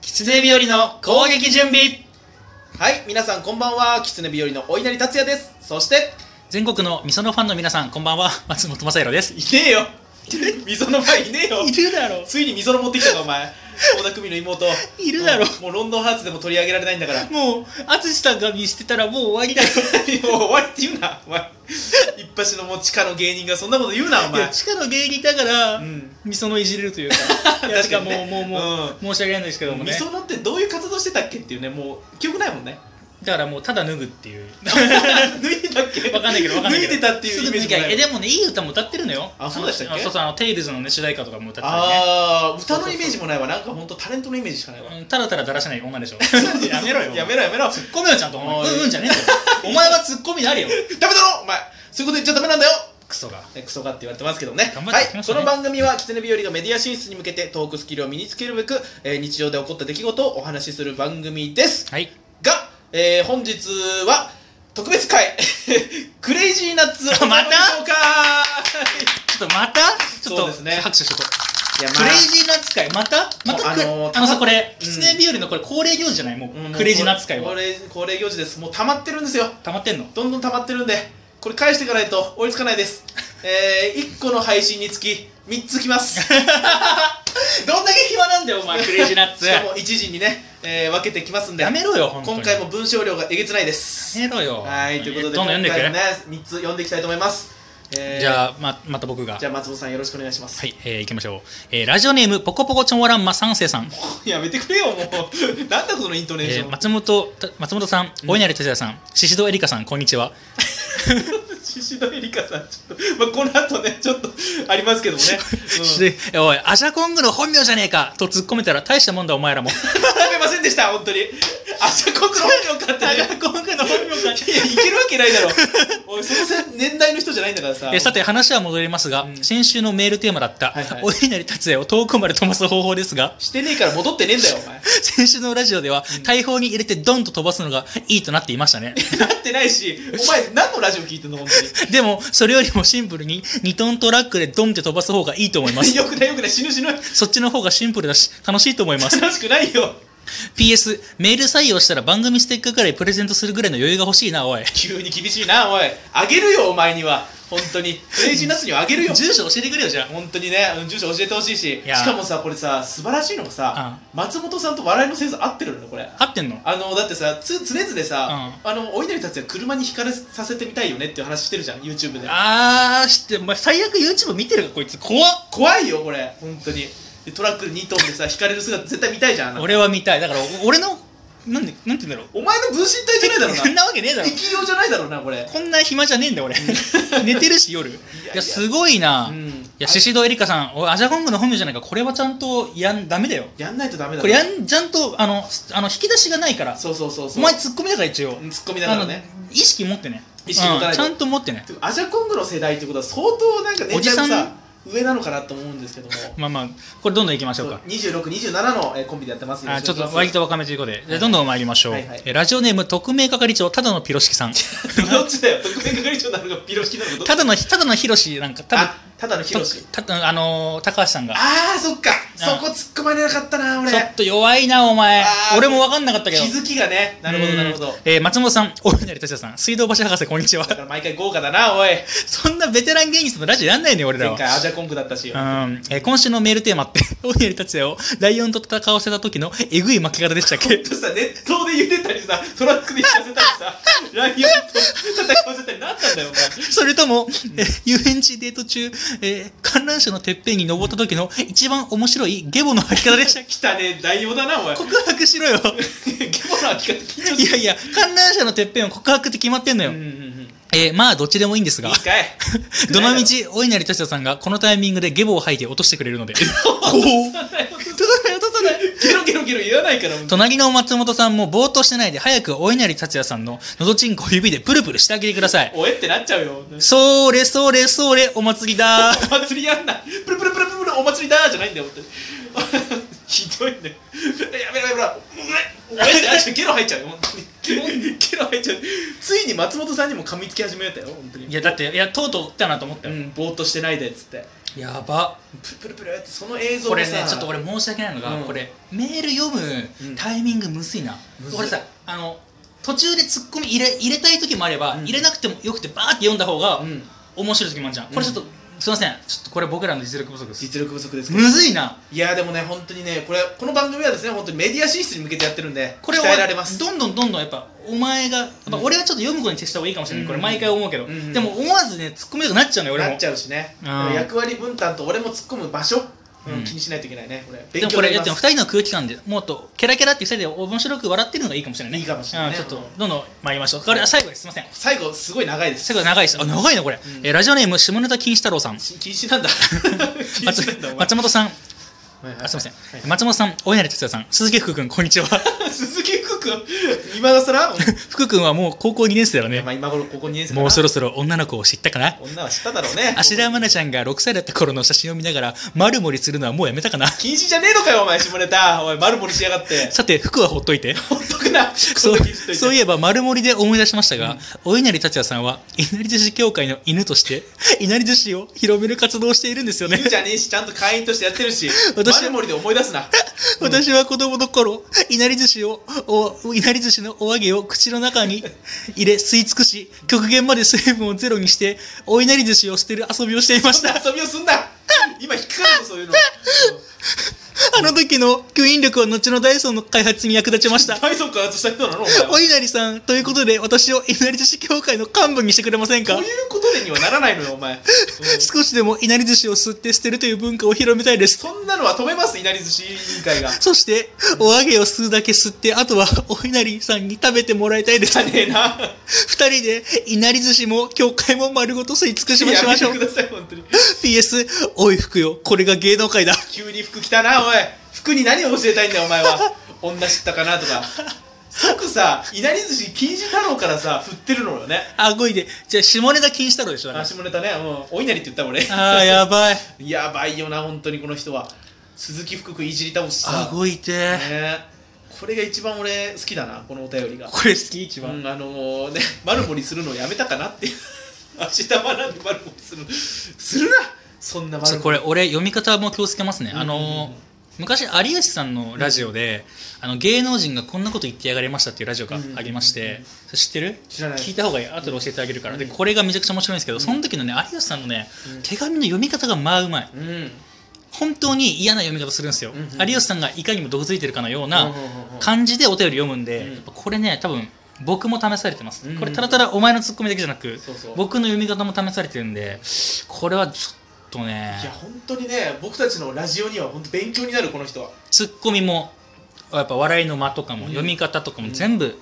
狐日和の攻撃準備はい皆さんこんばんは狐日和のお稲荷達也ですそして全国のみそのファンの皆さんこんばんは松本正弘ですいね えよ溝の前いねえよるだろついに溝の持ってきたかお前倖田來未の妹いるだろうんもうロンドンハーツでも取り上げられないんだからも もう淳さんが見してたらもう終わりだよう終わりって言うなお前一発の持ち家の芸人がそんなこと言うなおいや前地下の芸人だから、うんみそのいじれる というかいや確かにねてかもうもうもう、申し訳ないんですけどもねみそのってどういう活動してたっけっていうねもう記憶ないもん ねだからもうた だ脱ぐっていう脱いでたっけわかんないけどわかんないけど脱いでたっていうイメージもすぐ脱ぎゃないえでもねいい歌も歌ってるのよあそうでしたっけあのそうそうあのテイルズのね主題歌とかも歌ってたりねああ歌そうそうのそうイメージもないわなんか本当タレントのイメージしかないわうんただただだらしない女でし ょやめろよやめろやめろツッコめよちゃんとお前おいうんうんじゃねえよお前はツッコミであれよダメだろお前そういうこと言っちゃダメなんだよクソがねクソかって言われてますけどね頑張はっいてきましこたねの番組は狐日和がメディア進出に向けてトークスキルを身につけるべく、えー日常で起こった出来事をお話しする番組ですはいが、えー本日は特別会 クレイジーナッツあまた紹 介ちょっとまたちょっそうとですね拍手しとこういやまあクレイジーナッツ会またまたあクレのーあのさこれうん狐日和のこれ恒例行事じゃないもうんうクレイジーナッツ会もうはこれ恒例行事ですもう溜まってるんですよ溜まってんのどんどん溜まってるんでこれ返していかないと追いつかないですえー、1個の配信につき3つきますどんだけ暇なんだよお前 クレイジーナッツしかも1時にね、えー分けてきますんでやめろよ本当に今回も文章量がえげつないでやすめろよはいということでどんどん読んでい今回くもね3つ読んでいきたいと思います、えーじゃあままた僕がじゃあ松本さんよろしくお願いします、はいえー行きましょうえーラジオネームポコポコチョモランマ三世さんやめてくれよもう なんだこのイントネーシえョーン、松本た松本さんお稲荷哲也さん宍戸エリカさんこんにちは宍戸えりかさんちょっと、まあ、この後ねちょっとありますけどもね、うん宍戸おいアジャコングの本名じゃねえかと突っ込めたら大したもんだお前らも食べませんでした本当 にあじゃあ国の本名かってねコングの本名じゃねいやいけるわけない だろ俺そのせ年代の人じゃないんだからさえさて話は戻りますが、うん先週のメールテーマだったはいはいお稲荷達也を遠くまで飛ばす方法ですが してねえから戻ってねえんだよお前 先週のラジオでは大砲に入れてドンと飛ばすのがいいとなっていましたねなってないしお前何のラジオ聞いてんの本当でもそれよりもシンプルに2トントラックでドンって飛ばす方がいいと思いまにすよくないよくない死ぬ死ぬそっちの方がシンプルだし楽しいと思い ます楽しくないよ PS メール採用したら番組ステッカーくらいプレゼントするぐらいの余裕が欲しいなおい急に厳しいなおいあげるよお前には本当にクレイジーナッツにはあげるよ住所教えてくれよじゃあ本当にねうん住所教えてほしいしいやしかもさこれさ素晴らしいのがさ、松本さんと笑いのセンス合ってるのよこれ合ってんのあのだってさつ常々さ、あのお稲荷達也車にひかれさせてみたいよねっていう話してるじゃん YouTube であー知ってお前最悪 YouTube 見てるかこいつ怖っ怖いよこれ本当にでトラック2トンでさひかれる姿絶対見たいじゃんあの俺は見たいだからお俺のなんでなんて言うんだろおう前の分身体じゃないだろうなそんなわけねえだろ生きようじゃないだろうなこれこんな暇じゃねえんだよ俺寝てるし夜いややすごいな、ういんや宍戸エリカさんおいアジャコングの本名じゃないかこれはちゃんとやんダメだよやんないとダメだこれやんちゃんとあのすあの引き出しがないからそうそうそうそおう前ツッコミだから一応、うんツッコミながらねあの意識持ってね意識持たないとうんちゃんと持ってねでもアジャコングの世代ってことは相当なんか年おじさ代んもさ上なのかなと思うんですけどもまあまあこれどんどんいきましそょううか2627のえーコンビでやってますよあちょっよろしくとお願い割しまと若めということで、じゃあどんどん参りましょう、はいはいえラジオネーム特命係長ただのピロシキ さんすどっちだよ特命係長なのかピロシキなのかどっちただのただのヒロシなんか多分あただのヒロシたたあのー高橋さんがあーそっかそあこ突っ込まれなかったな俺ちょっと弱いなお前あー俺も分かんなかったけど気づきがねなるほどなるほうんどえー松本さん、大稲荷達也さん、水道橋博士、こんにちは だ。から毎回豪華だなおいそんなベテラン芸人さんのラジオやんないね、俺ら前は。回アジャコングだったしうんえー今週のメールテーマって、 大稲荷達也をライオンと戦わせた時のえぐい負け方でしたっけちょっとさ、熱湯で茹でたりさ、トラックで引かせたりさ、ライオンと戦わせたり、なんなんだよ、お それとも、えー遊園地デート中、えー観覧車のてっぺんに登った時の一番面白いゲボの吐き方でしたっけ前。汚ねえ、代用だな、お前。 告白しろよ。ゲボの空き方、緊張いすやる。いや、観覧車のてっぺんは告白って決まってんのよ。うんうんうん。いえーまあ、どっちでもいいんですがい。かい。どの みち、お稲荷達也さんがこのタイミングでゲボを吐いて落としてくれるので。 ほう。落とさない、落とさない。ゲロゲロゲロ言わないから、もう隣の松本さんもぼーっとしてないで早くお稲荷達也さんののどちんこを指でプルプルしてあげてください。おえってなっちゃうよ。それそれそれお祭り だー。お祭りやんな。プルプルプルプル、お祭りだーじゃないんだよ、本当に。 ひどいね。やめろやめろ。おえおえってなっちゃう、ゲロ入っちゃうよ、本当に。ゲロ入っちゃう。ついに松本さんにも噛みつき始めたよ、本当に。いやだって、いや、とうとう打ったなと思ったうよ。ん、ぼーっとしてないでっつってやばプルプルプルってその映像こもれさねちょっと俺申し訳ないのが、うんこれメール読うんむタイミングむずいな、むずい俺さあの途中でツッコミ入れ入れたい時もあれば、うん入れなくてもよくてバーって読んだ方がうん面白い時もあるじゃん、これちょっとすいませんちょっとこれ僕らの実力不足です実力不足ですけどむずいないやでもね本当にねこれこの番組はですね本当にメディア進出に向けてやってるんでこれを鍛えられますどんどんどんどんやっぱお前がやっぱ俺はちょっと読むことに徹した方がいいかもしれない、うんこれ毎回思うけど、うんでも思わずねツッコミとかなっちゃうのよ俺もなっちゃうしねうんだから役割分担と俺も突っ込む場所、うんうん気にしないといけないねこれで勉も強こになれりやまってもす2人の空気感でもっとケラケラって2人で面白く笑ってるのがいいかもしれないねいいかもしれないねうんちょっとどんどん参りましょうこれは最後ですすいません最後すごい長いです最後長いですあ長いなこれ、うんえーラジオネーム下ネタ金太郎さんし禁止 なんだ禁止な松んだお前松本さんはいはいあすいません、はい松本さん大稲荷哲也さん鈴木福君こん にちは鈴木福君今ださら、福君はもう高校2年生だよねまあ、今頃ここ2年生かなもうそろそろ女の子を知ったかな女は知っただろうね芦田愛菜ちゃんが6歳だった頃の写真を見ながら丸盛りするのはもうやめたかな 禁止じゃねえのかよお前下ネタおい丸盛りしやがってさて服はほっといてほっとくなそうこんな禁止といてそういえば丸盛りで思い出しましたが、お稲荷達也さんは稲荷寿司協会の犬として稲荷寿司を広める活動をしているんですよね言うじゃねえしちゃんと会員としてやってるし私丸盛りで思い出すな私は子供の頃稲荷寿司をお稲荷寿司のお揚げを口の中に入れ吸い尽くし極限まで水分をゼロにしてお稲荷寿司を捨てる遊びをしていましそんたな遊びをすんな今引っかかるぞそういうのあの時の吸引力は後のダイソンの開発に役立ちましたダイソンからした人なのお前はお稲荷さんということで私を稲荷寿司協会の幹部にしてくれませんかこういうことでにはならないのよお前、うん少しでも稲荷寿司を吸って捨てるという文化を広めたいですそんなのは止めますいなり寿司委員会がそしてお揚げを吸うだけ吸ってあとはお稲荷さんに食べてもらいたいですじゃねえな二人で稲荷寿司も教会も丸ごと吸い尽くしましましょうやめてください本当に PS おい服よこれが芸能界だ急に服着たなおい服に何を教えたいんだよお前は女知ったかなとか即さいなり寿司禁止太郎からさ振ってるのよねあごいでじゃあ下ネタ禁止太郎でしょだから足もネタねもうお稲荷って言った俺あーやばいやばいよな本当にこの人は鈴木福君いじり倒すしあさごいてねこれが一番俺好きだなこのお便りがこれ好き一う番ん、あのね丸盛りするのやめたかなっていう足玉なんで丸盛りするのするなそんなちょ丸これれ俺読み方も気をつけますねあのーうん昔有吉さんのラジオで、あの芸能人がこんなこと言ってやがりましたっていうラジオがありまして、うんうんうんそれ知ってる知らない聞いた方がいい後で教えてあげるから、うんでこれがめちゃくちゃ面白いんですけど、その時のね有吉さんのね、うん手紙の読み方がまあうまいうんうんうん本当に嫌な読み方するんですよ、うんうん有吉さんがいかにも毒づいてるかのようなうん感じでお便り読むんで、うんやっぱこれね多分僕も試されてます、うんうんこれたらたらお前のツッコミだけじゃなくそうそう僕の読み方も試されてるんでこれはちょっとねいや本当にね僕たちのラジオには本当勉強になるこの人はツッコミもやっぱ笑いの間とかも、うん読み方とかも全部、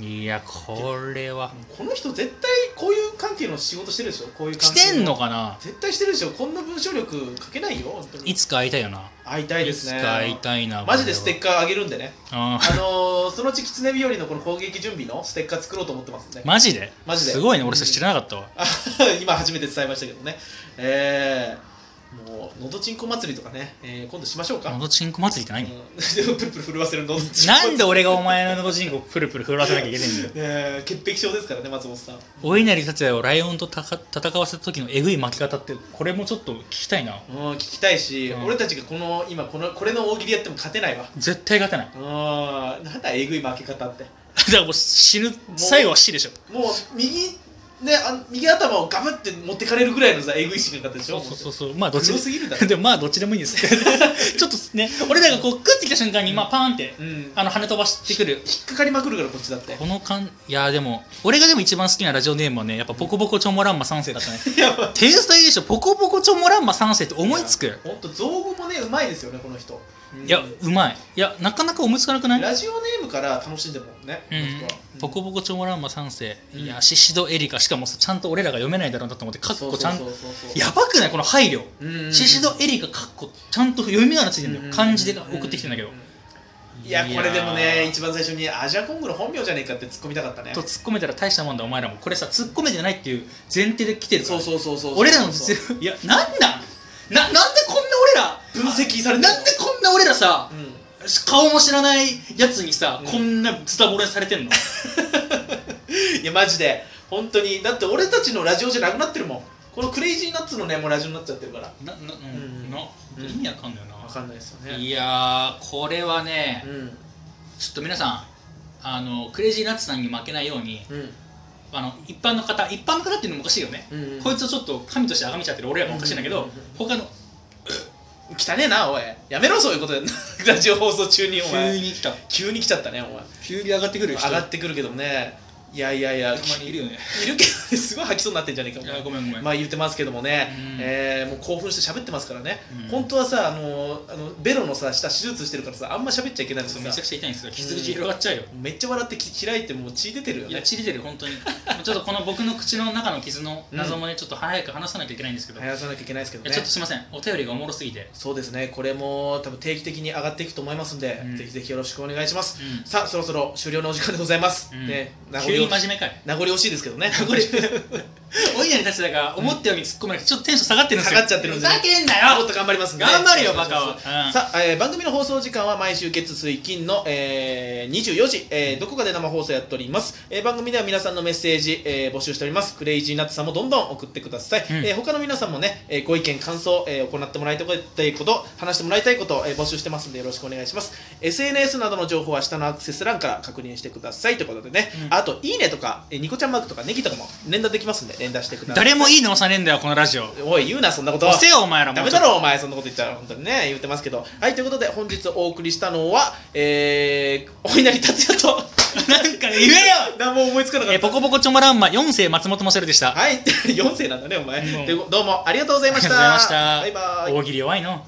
いやこれはこの人絶対こういう関係の仕事してるでしょこういう関し係てんのかな絶対してるでしょこんな文章力書けないよ本当にいつか会いたいよな会いたいですねつか会いたいなマジでステッカカーあげるんでねああのー、そのうち狐日和のこの攻撃準備のステッカー作ろうと思ってますんでーマジでマジですごいね俺それ知らなかったわ、あ 今初めて伝えましたけどね、えー、もうのどちんこ祭りとかね、えー今度しましょうか、のうん、 どちんこ祭りって何、プルプル震わせるのどちんこなんでね俺がお前の人口プルプル震わせなきゃいけないんだよえ潔癖症ですからね松本さんお稲荷達也をライオンとたか戦わせた時のえぐい巻き方ってこれもちょっと聞きたいなうん聞きたいし、うん俺たちがこの今このこれの大喜利やっても勝てないわ絶対勝てないうんなんだえぐい負け方ってだからもう死ぬ最後は死でしょもう右ねあ右頭をガブって持ってかれるぐらいのさえぐい仕方でしそょうそうそうそうまあどっち黒すぎるだろでもまあどっちでもいいんです ちょっとね俺らがこう食ってきた瞬間にまあパーンってうんあの跳ね飛ばしてくる引っかかりまくるからこっちだってこの感いやでも俺がでも一番好きなラジオネームはねやっぱポコポコチョモランマ3世だったねやばい天才でしょポコポコチョモランマ3世って思いつくやほんと造語もねうまいですよねこの人うんいやうまいいやなかなか思いつかなくないラジオネームから楽しんでるもんね、この人はうん、ボコボコチョモランマ3世、うんいやシシドエリカしかもさちゃんと俺らが読めないだろうなと思ってカッコちゃんそうそうそうそうやばくないこの配慮、うんうんうんシシドエリカカッコちゃんと読み仮名ついてるんだよ、漢字で送ってきてんだけど、ううんいやこれでもね一番最初にアジアコングの本名じゃねえかって突っ込みたかったねと突っ込めたら大したもんだお前らもこれさ突っ込めてないっていう前提で来てるからそうそうそうそう俺らの実力いやなんなんななんでこんな俺ら分析されてるなんでこんな俺らさう、ん顔も知らないやつにさ、うんこんなズタボロにされてんのいやマジで本当にだって俺たちのラジオじゃなくなってるもんこのクレイジーナッツのねもうラジオになっちゃってるからなな、うんうんなうん意味わかんないわな、かんないですよねいやーこれはね、うんちょっと皆さんあのクレイジーナッツさんに負けないようにうんあの一般の方一般の方っていうのもおかしいよね、うんうんこいつをちょっと神として崇めちゃってる俺らがおかしいんだけど、うんうんうんうん他の汚ねえなおいやめろそういうことで ラジオ放送中にお急前に来た急に来ちゃったねお前急に上がってくる上人がってくるけどねいやいやいやたまにいるよねいるけどねすごい吐きそうになってんじゃねえかおい前やごめんごめん、まあ言ってますけどもね、うんえーもう興奮して喋ってますからね、うん本当はさあのあのベロのさ下手術してるからさあんま喋っちゃいけないのそうにめちゃさくちゃ痛いんですよ傷口広がっちゃうよ、めっちゃ笑ってき開いてもう血出てるよいやねちりてる本当にちょっとこの僕の口の中の傷の謎もね、ちょっと早く話さなきゃいけないんですけど、生やさなきゃいけないですけいどやねちょっとすいませんお便りがおもろすぎて、そうですねこれも多分定期的に上がっていくと思いますんで、うんぜひぜひよろしくお願いします、うんさあそろそろ終了のお時間でございます、うんね名残急に惜し真面目かい名残惜しいですけどね お稲荷たちだから思ったように突っ込まれてちょっとテンション下がってるんですよ下がっちゃってるんふですよざけんなもっよと頑張りますんで 頑張れよバカは、うんさあ、えー番組の放送時間は毎週月水金の、えー24時、えーどこかで生放送やっております、えー番組では皆さんのメッセージ、えー募集しておりますクレイジーナッツさんもどんどん送ってください、うんえー他の皆さんもね、えーご意見感想、えー行ってもらいたいこと話してもらいたいこと、えー募集してますんでよろしくお願いします SNS などの情報は下のアクセス欄から確認してくださいということでね、うんあといいねとか、えーニコちゃんマークとかネギとかも連打できますんで連打してください誰もいいの押さねえんだよこのラジオおい言うなそんなこと押せよお前らもダメだろお前そんなこと言ったら本当にね言ってますけどはいということで本日お送りしたのはえー、お稲荷達也となんか言えよ何も思いつかなかえっーポコポコチョモランマ4世松本モセルでした、たはい 4世なんだねお前、うんでどうもありがとうございましたありがとうございましたバイバイ大喜利弱いの